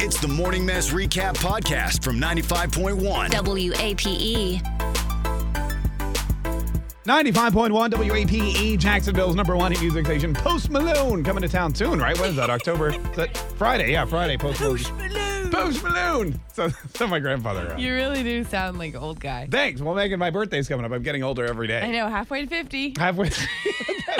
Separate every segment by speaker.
Speaker 1: It's the Morning Mess Recap Podcast from 95.1.
Speaker 2: E.
Speaker 3: WAPE.
Speaker 4: 95.1 WAPE, E, Jacksonville's number one hit music station, Post Malone, coming to town soon, right? When is that? October? Is that Friday? Yeah, Friday. Post Malone. Post Malone. So, so my grandfather. uh,
Speaker 5: You really do sound like old guy.
Speaker 4: Thanks. Well, Megan, my birthday's coming up. I'm getting older every day.
Speaker 5: I know, halfway to 50.
Speaker 4: Halfway. That's-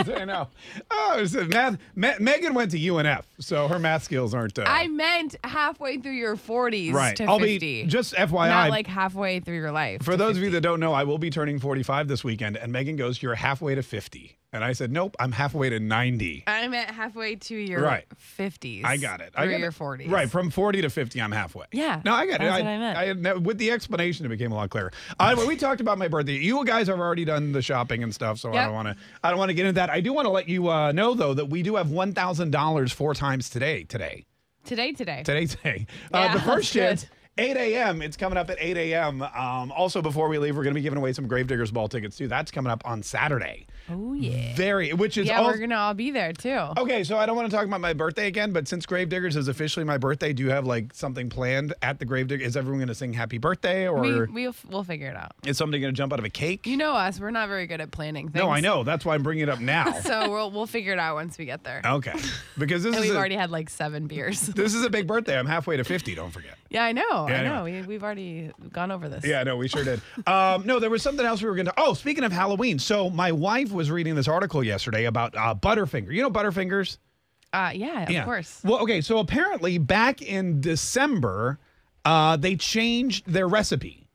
Speaker 4: I know. Oh, it's a math. Me- Megan went to UNF, so her math skills aren't. Uh,
Speaker 5: I meant halfway through your 40s
Speaker 4: right.
Speaker 5: to
Speaker 4: I'll
Speaker 5: 50.
Speaker 4: be just FYI.
Speaker 5: not like halfway through your life.
Speaker 4: For those of you that don't know, I will be turning 45 this weekend, and Megan goes, "You're halfway to 50," and I said, "Nope, I'm halfway to 90."
Speaker 5: I meant halfway to your
Speaker 4: Right.
Speaker 5: 50s.
Speaker 4: I got it. I
Speaker 5: Through
Speaker 4: got
Speaker 5: your
Speaker 4: it.
Speaker 5: 40s.
Speaker 4: Right, from 40 to 50, I'm halfway.
Speaker 5: Yeah,
Speaker 4: No, I got it.
Speaker 5: that's what I meant.
Speaker 4: no, with the explanation, it became a lot clearer. Uh, when we talked about my birthday, you guys have already done the shopping and stuff, so I
Speaker 5: Yep.
Speaker 4: don't want to. I don't want to get into that. I do want to let you uh, know though that we do have one thousand dollars four times today. Today.
Speaker 5: Today, today.
Speaker 4: Today. Today. uh,
Speaker 5: Yeah,
Speaker 4: the first
Speaker 5: that's good.
Speaker 4: shift. 8 a.m. It's coming up at 8 a.m. Um, also, before we leave, we're going to be giving away some Gravediggers Ball tickets too. That's coming up on Saturday.
Speaker 5: Oh, yeah.
Speaker 4: Very, which is Oh,
Speaker 5: yeah,
Speaker 4: also,
Speaker 5: we're going to all be there too.
Speaker 4: Okay, so I don't want to talk about my birthday again, but since Gravediggers is officially my birthday, do you have like something planned at the Gravedigger? Is everyone going to sing happy birthday or
Speaker 5: we, we'll, we'll figure it out.
Speaker 4: is somebody going to jump out of a cake?
Speaker 5: You know us, we're not very good at planning things.
Speaker 4: no, I know. That's why I'm bringing it up now.
Speaker 5: So we'll, we'll figure it out once we get there.
Speaker 4: okay. Because Oh, this
Speaker 5: and
Speaker 4: is
Speaker 5: we've
Speaker 4: a,
Speaker 5: already had like seven beers.
Speaker 4: this is a big birthday. I'm halfway to 50, don't forget.
Speaker 5: yeah, I know. I
Speaker 4: anyway.
Speaker 5: know. We, we've already gone over this.
Speaker 4: Yeah, no, we sure did. Um, no, there was something else we were going to. Oh, speaking of Halloween, so my wife was reading this article yesterday about uh, Butterfinger. You know Butterfingers?
Speaker 5: Uh, yeah, of course.
Speaker 4: Well, okay. So apparently, back in December, uh, they changed their recipe.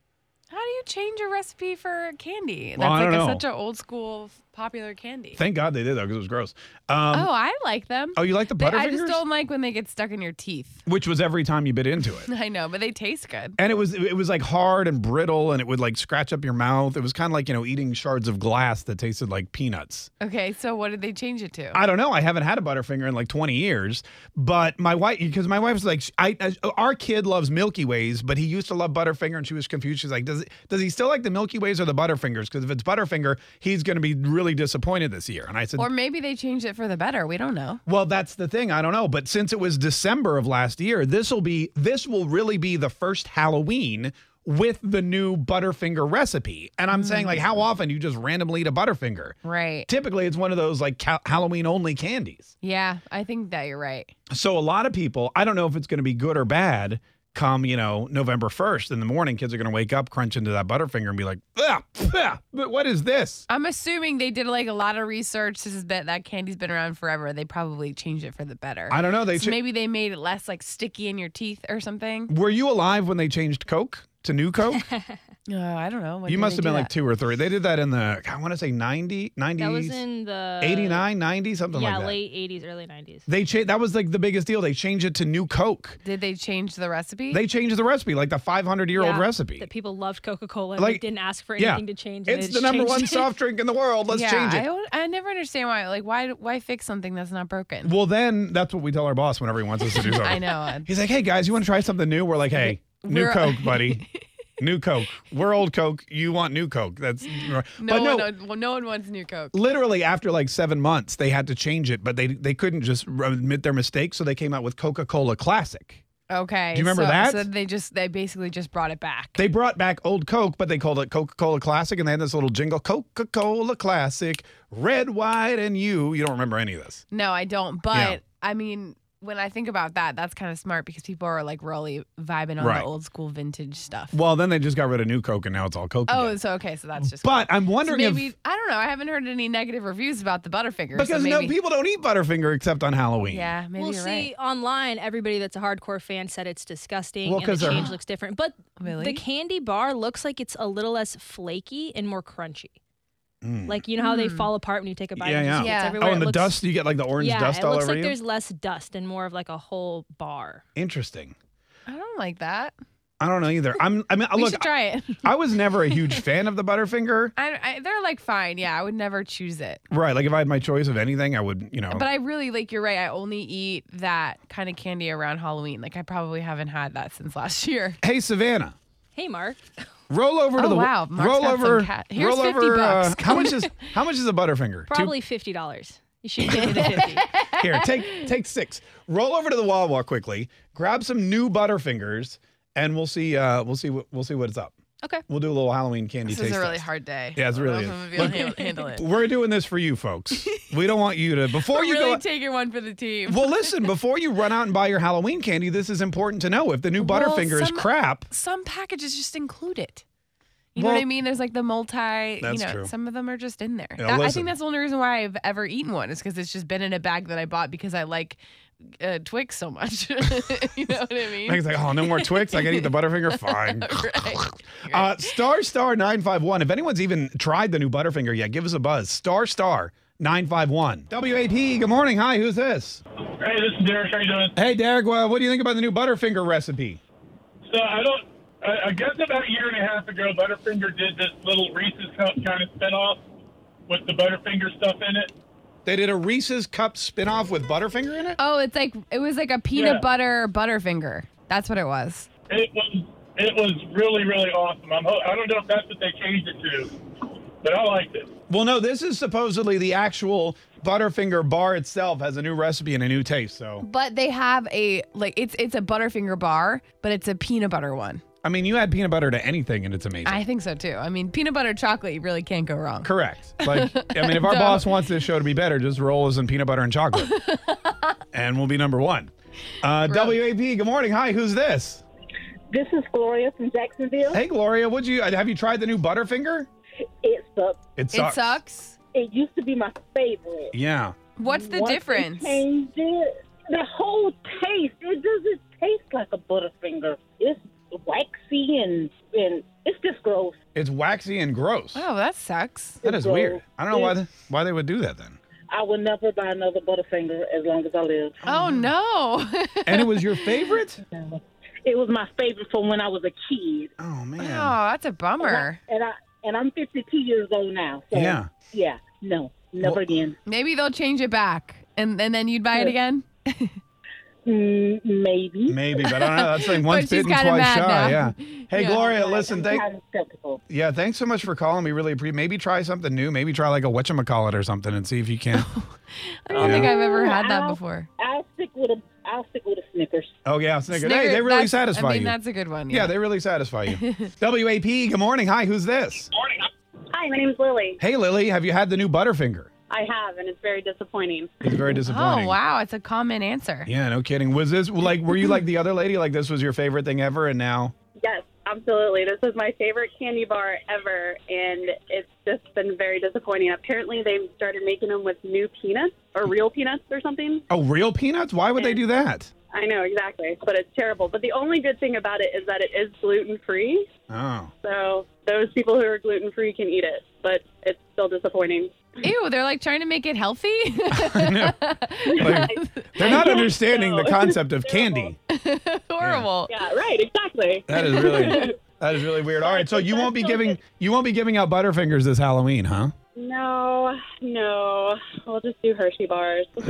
Speaker 5: How do you change a recipe for candy? That's
Speaker 4: Well, I
Speaker 5: like
Speaker 4: don't
Speaker 5: a,
Speaker 4: know.
Speaker 5: such an old school f- popular candy.
Speaker 4: Thank God they did though, because it was gross. Um,
Speaker 5: oh, I like them.
Speaker 4: oh, you like the
Speaker 5: They- I
Speaker 4: Butterfingers?
Speaker 5: just don't like when they get stuck in your teeth.
Speaker 4: which was every time you bit into it,
Speaker 5: I know, but they taste good.
Speaker 4: and it was it was like hard and brittle, and it would like scratch up your mouth. It was kind of like you know eating shards of glass that tasted like peanuts.
Speaker 5: Okay, so what did they change it to?
Speaker 4: I don't know. I haven't had a Butterfinger in like 20 years, but my wife, because my wife's like, I, I- our kid loves Milky Ways, but he used to love Butterfinger, and she was confused. She's like, does does he still like the Milky Ways or the Butterfingers? Because if it's Butterfinger, he's going to be really disappointed this year. And I said,
Speaker 5: or maybe they changed it for the better. We don't know.
Speaker 4: Well, that's the thing. I don't know. But since it was December of last year, this will be this will really be the first Halloween with the new Butterfinger recipe. And I'm saying, like, how often do you just randomly eat a Butterfinger?
Speaker 5: Mm. Right.
Speaker 4: Typically, it's one of those like ca- Halloween only candies.
Speaker 5: Yeah, I think that you're right.
Speaker 4: So a lot of people, I don't know if it's going to be good or bad. Come, you know, November first in the morning, kids are going to wake up, crunch into that Butterfinger, and be like, ah, pah, but what is this?
Speaker 5: I'm assuming they did like a lot of research. This has been that candy's been around forever. They probably changed it for the better.
Speaker 4: I don't know. They
Speaker 5: so
Speaker 4: cha-
Speaker 5: maybe they made it less like sticky in your teeth or something.
Speaker 4: were you alive when they changed Coke to New Coke?
Speaker 5: Oh, I don't know. When
Speaker 4: you
Speaker 5: did
Speaker 4: must
Speaker 5: they
Speaker 4: have
Speaker 5: do
Speaker 4: been like
Speaker 5: that?
Speaker 4: two or three. They did that in the, I want to say 90, 90s,
Speaker 6: That was in the
Speaker 4: 89, 90, something
Speaker 6: Yeah,
Speaker 4: like that.
Speaker 6: late 80s, early 90s.
Speaker 4: They cha- That was like the biggest deal. They changed it to New Coke.
Speaker 5: Did they change the recipe?
Speaker 4: They changed the recipe, like the 500 year old
Speaker 6: Yeah,
Speaker 4: recipe.
Speaker 6: That people loved Coca Cola.
Speaker 4: Like-
Speaker 6: Like, didn't ask for
Speaker 4: yeah.
Speaker 6: anything to change. and
Speaker 4: It's
Speaker 6: they
Speaker 4: the
Speaker 6: just
Speaker 4: number
Speaker 6: changed
Speaker 4: one
Speaker 6: it.
Speaker 4: soft drink in the world. Let's
Speaker 5: yeah,
Speaker 4: change it.
Speaker 5: I, don't- I never understand why. Like, why why fix something that's not broken?
Speaker 4: Well, then that's what we tell our boss whenever he wants us to do something.
Speaker 5: I know.
Speaker 4: He's like, hey guys, you want to try something new? We're like, hey, new
Speaker 5: We're-
Speaker 4: Coke, buddy. new Coke. We're old Coke. You want new Coke. That's
Speaker 5: No,
Speaker 4: but no.
Speaker 5: one, no, no one wants new Coke.
Speaker 4: Literally after like seven months, they had to change it, but they they couldn't just admit their mistakes, so they came out with Coca Cola Classic.
Speaker 5: Okay.
Speaker 4: Do you remember
Speaker 5: so,
Speaker 4: that?
Speaker 5: So they just they basically just brought it back.
Speaker 4: They brought back old Coke, but they called it Coca Cola Classic, and they had this little jingle, Coca Cola Classic, red, white, and you. You don't remember any of this.
Speaker 5: no, I don't. But
Speaker 4: Yeah.
Speaker 5: I mean, when I think about that, that's kind of smart because people are like really vibing on
Speaker 4: Right.
Speaker 5: the old school vintage stuff.
Speaker 4: Well, then they just got rid of new Coke, and now it's all Coke.
Speaker 5: oh,
Speaker 4: again.
Speaker 5: so okay, so that's just.
Speaker 4: but I'm
Speaker 5: So
Speaker 4: wondering
Speaker 5: maybe
Speaker 4: if
Speaker 5: I don't know. I haven't heard any negative reviews about the Butterfinger.
Speaker 4: because
Speaker 5: so
Speaker 4: no
Speaker 5: maybe,
Speaker 4: people don't eat Butterfinger except on Halloween.
Speaker 5: Yeah, maybe
Speaker 6: Well,
Speaker 5: you're
Speaker 6: see,
Speaker 5: right.
Speaker 6: online, everybody that's a hardcore fan said it's disgusting
Speaker 4: Well,
Speaker 6: and
Speaker 4: 'cause
Speaker 6: the
Speaker 4: they're-
Speaker 6: change looks different. But
Speaker 5: Really?
Speaker 6: the candy bar looks like it's a little less flaky and more crunchy.
Speaker 4: Mm.
Speaker 6: Like, you know how they fall apart when you take a bite?
Speaker 4: Yeah,
Speaker 6: and it just
Speaker 5: Hmm. yeah.
Speaker 6: gets
Speaker 5: Yeah.
Speaker 6: everywhere?
Speaker 4: Oh,
Speaker 6: It
Speaker 4: and the
Speaker 6: looks-
Speaker 4: dust, you get like the orange
Speaker 6: yeah,
Speaker 4: dust
Speaker 6: it
Speaker 4: all
Speaker 6: looks
Speaker 4: over
Speaker 6: like
Speaker 4: you.
Speaker 6: there's less dust and more of like a whole bar.
Speaker 4: Interesting.
Speaker 5: I don't like that.
Speaker 4: I don't know either. I'm. I mean,
Speaker 5: we
Speaker 4: look,
Speaker 5: should try it.
Speaker 4: I was never a huge fan of the Butterfinger.
Speaker 5: I, I, they're like fine. Yeah, I would never choose it.
Speaker 4: Right. Like if I had my choice of anything, I would. You know.
Speaker 5: But I really like you're right. I only eat that kind of candy around Halloween. Like I probably haven't had that since last year.
Speaker 4: hey, Savannah.
Speaker 6: Hey, Mark.
Speaker 4: Roll over to
Speaker 5: Oh,
Speaker 4: the
Speaker 5: wow. Mark's
Speaker 4: roll
Speaker 5: got some
Speaker 4: over.
Speaker 5: cat- Here's
Speaker 4: roll
Speaker 5: 50
Speaker 4: over. uh,
Speaker 5: bucks.
Speaker 4: how much is how much is a Butterfinger? Two-
Speaker 6: Probably $50. You should give it a 50.
Speaker 4: Here, take take six. Roll over to the Wawa quickly. Grab some new Butterfingers, and we'll see. Uh, we'll see. What, we'll see what's up.
Speaker 6: Okay.
Speaker 4: We'll do a little Halloween candy
Speaker 5: This is
Speaker 4: taste
Speaker 5: a really
Speaker 4: test.
Speaker 5: hard day.
Speaker 4: Yeah, it's
Speaker 5: I don't know
Speaker 4: really
Speaker 5: if
Speaker 4: is.
Speaker 5: I'm gonna be able to handle- handle it.
Speaker 4: We're doing this for you, folks. we don't want you to before
Speaker 5: We're
Speaker 4: you
Speaker 5: really
Speaker 4: go.
Speaker 5: taking one for the team.
Speaker 4: well, listen. Before you run out and buy your Halloween candy, this is important to know. If the new
Speaker 5: Well,
Speaker 4: Butterfinger is
Speaker 5: some-
Speaker 4: crap,
Speaker 5: some packages just include it. You know what I
Speaker 4: Well-
Speaker 5: mean? There's like the multi, you
Speaker 4: That's
Speaker 5: know,
Speaker 4: true.
Speaker 5: some of them are just in there.
Speaker 4: Yeah,
Speaker 5: That- I
Speaker 4: listen.
Speaker 5: think that's the only reason why I've ever eaten one is because it's just been in a bag that I bought because I like uh, Twix so much. you know what I mean?
Speaker 4: Meg's like, oh, no more Twix. I can eat the Butterfinger. Fine.
Speaker 5: Right.
Speaker 4: Uh, star star nine five one. If anyone's even tried the new Butterfinger yet, give us a buzz. Star star nine five one. WAP. Good morning. Hi. Who's this?
Speaker 3: Hey, this is Derek. How you doing?
Speaker 4: Hey, Derek. Well, what do you think about the new Butterfinger recipe?
Speaker 3: So I don't. I, I guess about a year and a half ago, Butterfinger did this little Reese's cup kind of spinoff with the Butterfinger stuff in it.
Speaker 4: They did a Reese's Cup spinoff with Butterfinger in it.
Speaker 5: oh, it's like it was like a peanut
Speaker 3: Yeah.
Speaker 5: butter butterfinger. That's what it was.
Speaker 3: It was it was really really awesome. I'm, ho- I don't know if that's what they changed it to, but I liked it.
Speaker 4: Well, no. This is supposedly the actual Butterfinger bar itself has a new recipe and a new taste. So,
Speaker 5: But they have a like it's it's a butterfinger bar, but it's a peanut butter one.
Speaker 4: I mean, you add peanut butter to anything, and it's amazing.
Speaker 5: I think so too. I mean, peanut butter chocolate, you really can't go wrong.
Speaker 4: Correct. Like, I mean, if our
Speaker 5: So-
Speaker 4: boss wants this show to be better, just roll us in peanut butter and chocolate, and we'll be number one. Uh, WAP. Good morning. Hi. Who's this?
Speaker 7: This is Gloria from Jacksonville.
Speaker 4: Hey, Gloria. Would you have you tried the new Butterfinger?
Speaker 7: It sucks.
Speaker 4: It
Speaker 5: It
Speaker 4: sucks.
Speaker 5: sucks.
Speaker 7: It used to be my favorite.
Speaker 4: Yeah.
Speaker 5: What's the
Speaker 7: Once they
Speaker 5: difference?
Speaker 7: changed it, the whole taste. It doesn't taste like a Butterfinger. It's waxy and and it's just gross.
Speaker 4: It's waxy and gross.
Speaker 5: Oh, that sucks.
Speaker 4: that is weird. I don't know why th- why they would do that then.
Speaker 7: I will never buy another Butterfinger as long as I live.
Speaker 5: Oh no.
Speaker 4: And it was your favorite?
Speaker 7: It was my favorite from when I was a kid,
Speaker 4: Oh man.
Speaker 5: Oh, that's a bummer.
Speaker 7: and I and I'm 52 years old now. So
Speaker 4: Yeah.
Speaker 7: yeah, no, never
Speaker 4: Well-
Speaker 7: again.
Speaker 5: Maybe they'll change it back, and and then you'd buy it again.
Speaker 7: Mm, maybe.
Speaker 4: Maybe, but I don't know. That's like once
Speaker 5: she's
Speaker 4: bitten, twice
Speaker 5: kinda
Speaker 4: shy.
Speaker 5: mad now.
Speaker 4: Yeah. Hey,
Speaker 5: Yeah.
Speaker 4: Gloria. Listen,
Speaker 7: I'm
Speaker 4: thank
Speaker 7: kind of skeptical.
Speaker 4: yeah, thanks so much for calling. We really appreciate. Maybe try something new. Maybe try like a whatchamacallit or something, and see if you can.
Speaker 5: I don't think I've ever had that
Speaker 7: Ow.
Speaker 5: before.
Speaker 7: I'll stick with a I'll stick with a Snickers.
Speaker 4: Oh yeah, Snickers. Hey,
Speaker 5: Snickers,
Speaker 4: they really
Speaker 5: that's-
Speaker 4: satisfy
Speaker 5: I mean,
Speaker 4: you.
Speaker 5: that's a good one.
Speaker 4: yeah. they really satisfy you. WAP. Good morning. Hi, who's this?
Speaker 8: Hi, my name's Lily.
Speaker 4: Hey, Lily. Have you had the new Butterfinger?
Speaker 8: I have, and it's very disappointing.
Speaker 4: It's very disappointing.
Speaker 5: oh wow, it's a common answer.
Speaker 4: Yeah, no kidding. Was this like? Were you like the other lady? Like this was your favorite thing ever, and now?
Speaker 8: Yes, absolutely. This is my favorite candy bar ever, and it's just been very disappointing. Apparently, they started making them with new peanuts or real peanuts or something.
Speaker 4: Oh, real peanuts? Why would they do that?
Speaker 8: I know exactly, but it's terrible. But the only good thing about it is that it is gluten free,
Speaker 4: Oh,
Speaker 8: so those people who are gluten free can eat it. But it's still disappointing.
Speaker 5: Ew, they're like trying to make it healthy.
Speaker 4: no. Like, they're not understanding the
Speaker 8: No.
Speaker 4: concept of candy.
Speaker 5: Horrible.
Speaker 8: Yeah, right. Exactly.
Speaker 4: That is really, that is really weird. All right, so you won't be giving you won't be giving out Butterfingers this Halloween, huh?
Speaker 8: No, no. We'll just do Hershey bars.
Speaker 4: All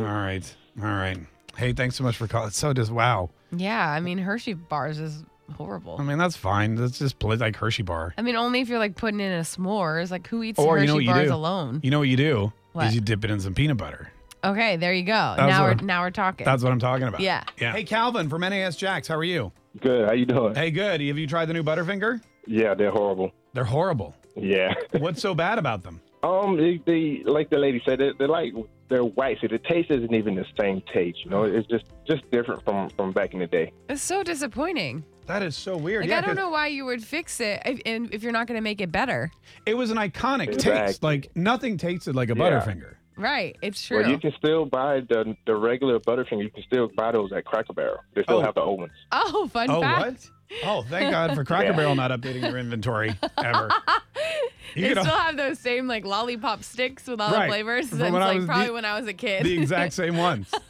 Speaker 4: right, all right. Hey, thanks so much for calling. It's so just wow.
Speaker 5: Yeah. I mean Hershey bars is horrible.
Speaker 4: I mean, that's fine. That's just bl- like Hershey bar.
Speaker 5: I mean, only if you're like putting it in a s'mores. Like, who eats
Speaker 4: Or
Speaker 5: Hershey
Speaker 4: you know what you
Speaker 5: bars
Speaker 4: do?
Speaker 5: alone?
Speaker 4: You know what you do?
Speaker 5: What?
Speaker 4: Is you dip it in some peanut butter.
Speaker 5: Okay, there you go.
Speaker 4: That's
Speaker 5: now
Speaker 4: what
Speaker 5: we're
Speaker 4: I'm-
Speaker 5: now we're talking.
Speaker 4: That's what I'm talking about.
Speaker 5: Yeah.
Speaker 4: Yeah. Hey, Calvin from NAS Jacks. How are you?
Speaker 9: Good. How you doing?
Speaker 4: Hey, good. Have you tried the new Butterfinger?
Speaker 9: Yeah, they're horrible.
Speaker 4: They're horrible.
Speaker 9: Yeah.
Speaker 4: What's so bad about them?
Speaker 9: Um, they, they like the lady said, they're, they're like they're white, so the taste isn't even the same taste. You know, it's just just different from from back in the day.
Speaker 5: it's so disappointing.
Speaker 4: That is so weird.
Speaker 5: Like
Speaker 4: yeah,
Speaker 5: I don't
Speaker 4: 'cause
Speaker 5: know why you would fix it if, and if you're not going to make it better.
Speaker 4: It was an iconic taste.
Speaker 9: Exactly.
Speaker 4: Like nothing tasted like a
Speaker 9: Yeah.
Speaker 4: Butterfinger.
Speaker 5: Right, it's true.
Speaker 9: Well, you can still buy the the regular Butterfinger. You can still buy those at Cracker Barrel. They still
Speaker 4: Oh.
Speaker 9: have the old ones.
Speaker 5: oh, fun
Speaker 4: oh,
Speaker 5: fact.
Speaker 4: what? Oh, thank God for Cracker
Speaker 9: Yeah.
Speaker 4: Barrel not updating their inventory ever.
Speaker 5: they
Speaker 4: could
Speaker 5: still
Speaker 4: al-
Speaker 5: have those same like lollipop sticks with all
Speaker 4: Right.
Speaker 5: the flavors.
Speaker 4: From
Speaker 5: That's
Speaker 4: when I
Speaker 5: like
Speaker 4: was-
Speaker 5: probably
Speaker 4: the-
Speaker 5: when I was a kid.
Speaker 4: the exact same ones.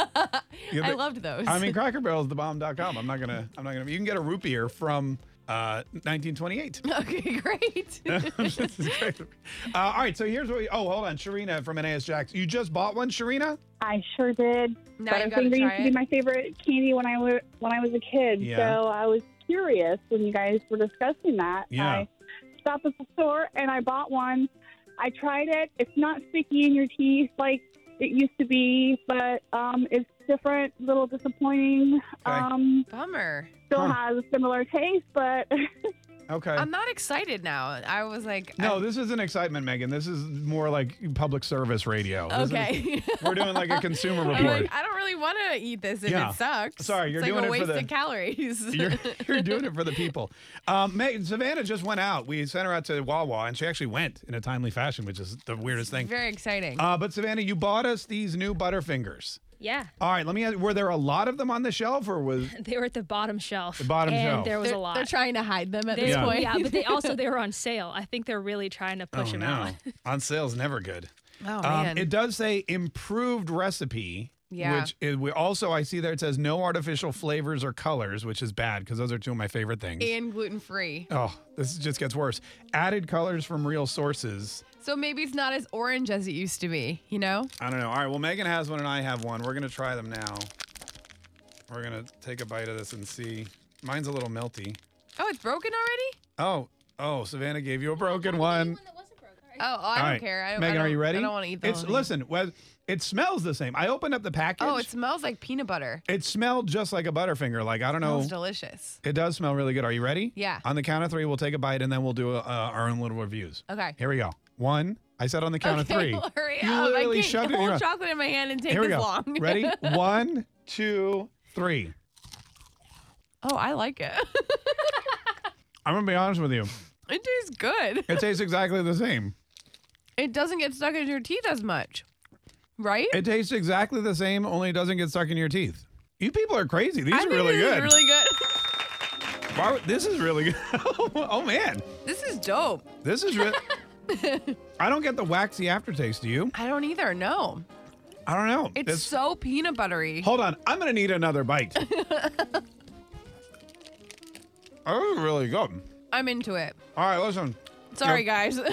Speaker 4: Yeah,
Speaker 5: I
Speaker 4: they-
Speaker 5: loved those.
Speaker 4: I mean, Cracker Barrel's the bomb.com. I'm not gonna. I'm not gonna. You can get a root beer from uh, 1928.
Speaker 5: okay, great.
Speaker 4: This is great. Uh, all right, so here's what. We, oh, hold on, Sharina from NAS Jacks. You just bought one, Sharina?
Speaker 10: I sure did.
Speaker 5: now you got
Speaker 10: Butterfinger
Speaker 5: to try
Speaker 10: used to be
Speaker 5: it.
Speaker 10: my favorite candy when I was when I was a kid.
Speaker 4: Yeah.
Speaker 10: So I was curious when you guys were discussing that.
Speaker 4: Yeah.
Speaker 10: I stopped at the store and I bought one. I tried it. It's not sticky in your teeth like it used to be, but um, it's different, a little disappointing.
Speaker 4: Okay.
Speaker 10: Um,
Speaker 5: Bummer.
Speaker 10: still
Speaker 4: Huh.
Speaker 10: has a similar taste, but
Speaker 4: Okay.
Speaker 5: I'm not excited now. I was like,
Speaker 4: no,
Speaker 5: I-
Speaker 4: this isn't excitement, Megan. This is more like public service radio. This is-
Speaker 5: okay.
Speaker 4: we're doing like a consumer report.
Speaker 5: I'm like, I don't really want to eat this if
Speaker 4: Yeah.
Speaker 5: it sucks.
Speaker 4: Sorry, you're
Speaker 5: it's
Speaker 4: doing
Speaker 5: like
Speaker 4: it for
Speaker 5: a waste
Speaker 4: the-
Speaker 5: of calories.
Speaker 4: You're, you're doing it for the people. Um, Megan, Savannah just went out. We sent her out to Wawa, and she actually went in a timely fashion, which is the weirdest thing.
Speaker 5: Very exciting.
Speaker 4: Uh, but Savannah, you bought us these new Butterfingers.
Speaker 6: Yeah.
Speaker 4: All right, let me ask, were there a lot of them on the shelf, or was
Speaker 6: They were at the bottom shelf. The
Speaker 4: bottom
Speaker 6: and
Speaker 4: shelf.
Speaker 6: There was
Speaker 5: they're,
Speaker 6: a lot.
Speaker 5: they're trying to hide them at
Speaker 6: They-
Speaker 5: this
Speaker 4: Yeah.
Speaker 5: point.
Speaker 6: yeah, but they also they were on sale. I think they're really trying to push
Speaker 4: oh,
Speaker 6: them
Speaker 4: no.
Speaker 6: out.
Speaker 4: on sale's never good.
Speaker 5: oh
Speaker 4: Um,
Speaker 5: man.
Speaker 4: it does say improved recipe.
Speaker 5: Yeah.
Speaker 4: Which is, we also I see there it says no artificial flavors or colors, which is bad because those are two of my favorite things.
Speaker 5: and gluten free.
Speaker 4: oh, this just gets worse. Added colors from real sources.
Speaker 5: So maybe it's not as orange as it used to be, you know?
Speaker 4: I don't know. All right, well Megan has one and I have one. We're gonna try them now. We're gonna take a bite of this and see. Mine's a little melty.
Speaker 5: Oh, it's broken already?
Speaker 4: Oh, oh, Savannah gave you a broken one.
Speaker 5: Oh, oh I
Speaker 4: All
Speaker 5: don't
Speaker 4: right.
Speaker 5: care. I, I
Speaker 4: Megan, are
Speaker 5: don't-
Speaker 4: you ready?
Speaker 5: I don't want to eat the
Speaker 4: It's
Speaker 5: whole thing.
Speaker 4: listen. well, It smells the same. I opened up the package.
Speaker 5: Oh, it smells like peanut butter.
Speaker 4: it smelled just like a Butterfinger. Like I don't know.
Speaker 5: Smells delicious.
Speaker 4: It does smell really good. Are you ready?
Speaker 5: Yeah.
Speaker 4: On the count of three, we'll take a bite and then we'll do uh, our own little reviews.
Speaker 5: Okay.
Speaker 4: Here we go. One. I said on the count
Speaker 5: okay,
Speaker 4: of three.
Speaker 5: Hurry
Speaker 4: You
Speaker 5: up.
Speaker 4: literally
Speaker 5: I can't
Speaker 4: shoved it in
Speaker 5: hold
Speaker 4: your mouth.
Speaker 5: chocolate in my hand and take
Speaker 4: Here we
Speaker 5: this
Speaker 4: go.
Speaker 5: long.
Speaker 4: Ready? One, two, three.
Speaker 5: oh, I like it.
Speaker 4: I'm gonna be honest with you.
Speaker 5: it tastes good.
Speaker 4: It tastes exactly the same.
Speaker 5: It doesn't get stuck in your teeth as much, right?
Speaker 4: It tastes exactly the same, only it doesn't get stuck in your teeth. You people are crazy. These
Speaker 5: I
Speaker 4: are
Speaker 5: think
Speaker 4: really
Speaker 5: this
Speaker 4: good.
Speaker 5: Is really good.
Speaker 4: Why would- this is really good. oh man,
Speaker 5: This is dope.
Speaker 4: this is really. I don't get the waxy aftertaste. Do you?
Speaker 5: I don't either. No,
Speaker 4: I don't know.
Speaker 5: it's so peanut buttery.
Speaker 4: Hold on, I'm gonna need another bite. oh, really good.
Speaker 5: I'm into it.
Speaker 4: All right, listen.
Speaker 5: Sorry, guys.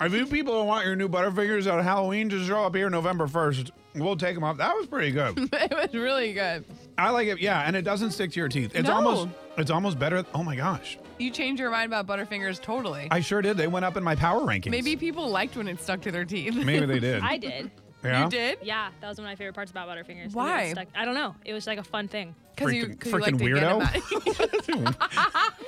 Speaker 4: If you people don't want your new Butterfingers on Halloween, just show up here November 1st. We'll take them off. That was pretty good.
Speaker 5: it was really good.
Speaker 4: I like it. Yeah, and it doesn't stick to your teeth. It's
Speaker 5: No.
Speaker 4: almost it's almost better. Oh my gosh.
Speaker 5: You changed your mind about Butterfingers totally.
Speaker 4: I sure did. They went up in my power rankings.
Speaker 5: Maybe people liked when it stuck to their teeth.
Speaker 4: Maybe they did.
Speaker 6: I did.
Speaker 4: yeah.
Speaker 5: You did?
Speaker 6: Yeah, that was one of my favorite parts about Butterfingers. 'cause it
Speaker 5: Why?
Speaker 6: stuck- I don't know. It was like a fun thing.
Speaker 5: Because you,
Speaker 4: Freaking-
Speaker 5: 'cause you like
Speaker 4: freaking
Speaker 5: to get 'em
Speaker 4: weirdo.
Speaker 5: out.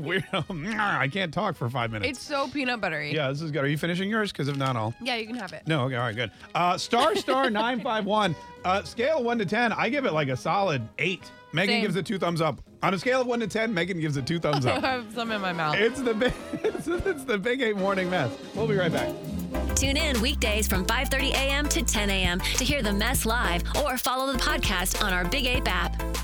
Speaker 4: Weirdo. I can't talk for five minutes.
Speaker 5: It's so peanut buttery.
Speaker 4: yeah, this is good. Are you finishing yours? Because if not, I'll.
Speaker 5: Yeah, you can have it.
Speaker 4: No, okay, all right, good. Uh, star star nine five one. Uh, scale one to ten, I give it like a solid eight. Megan
Speaker 5: Same.
Speaker 4: gives it two thumbs up. On a scale of one to ten, Megan gives it two thumbs
Speaker 5: I
Speaker 4: up.
Speaker 5: have some in my mouth.
Speaker 4: it's the big, it's, it's the big eight morning mess. We'll be right back.
Speaker 2: Tune in weekdays from 5:30 a.m. to 10 a.m. to hear the mess live or follow the podcast on our Big Ape app.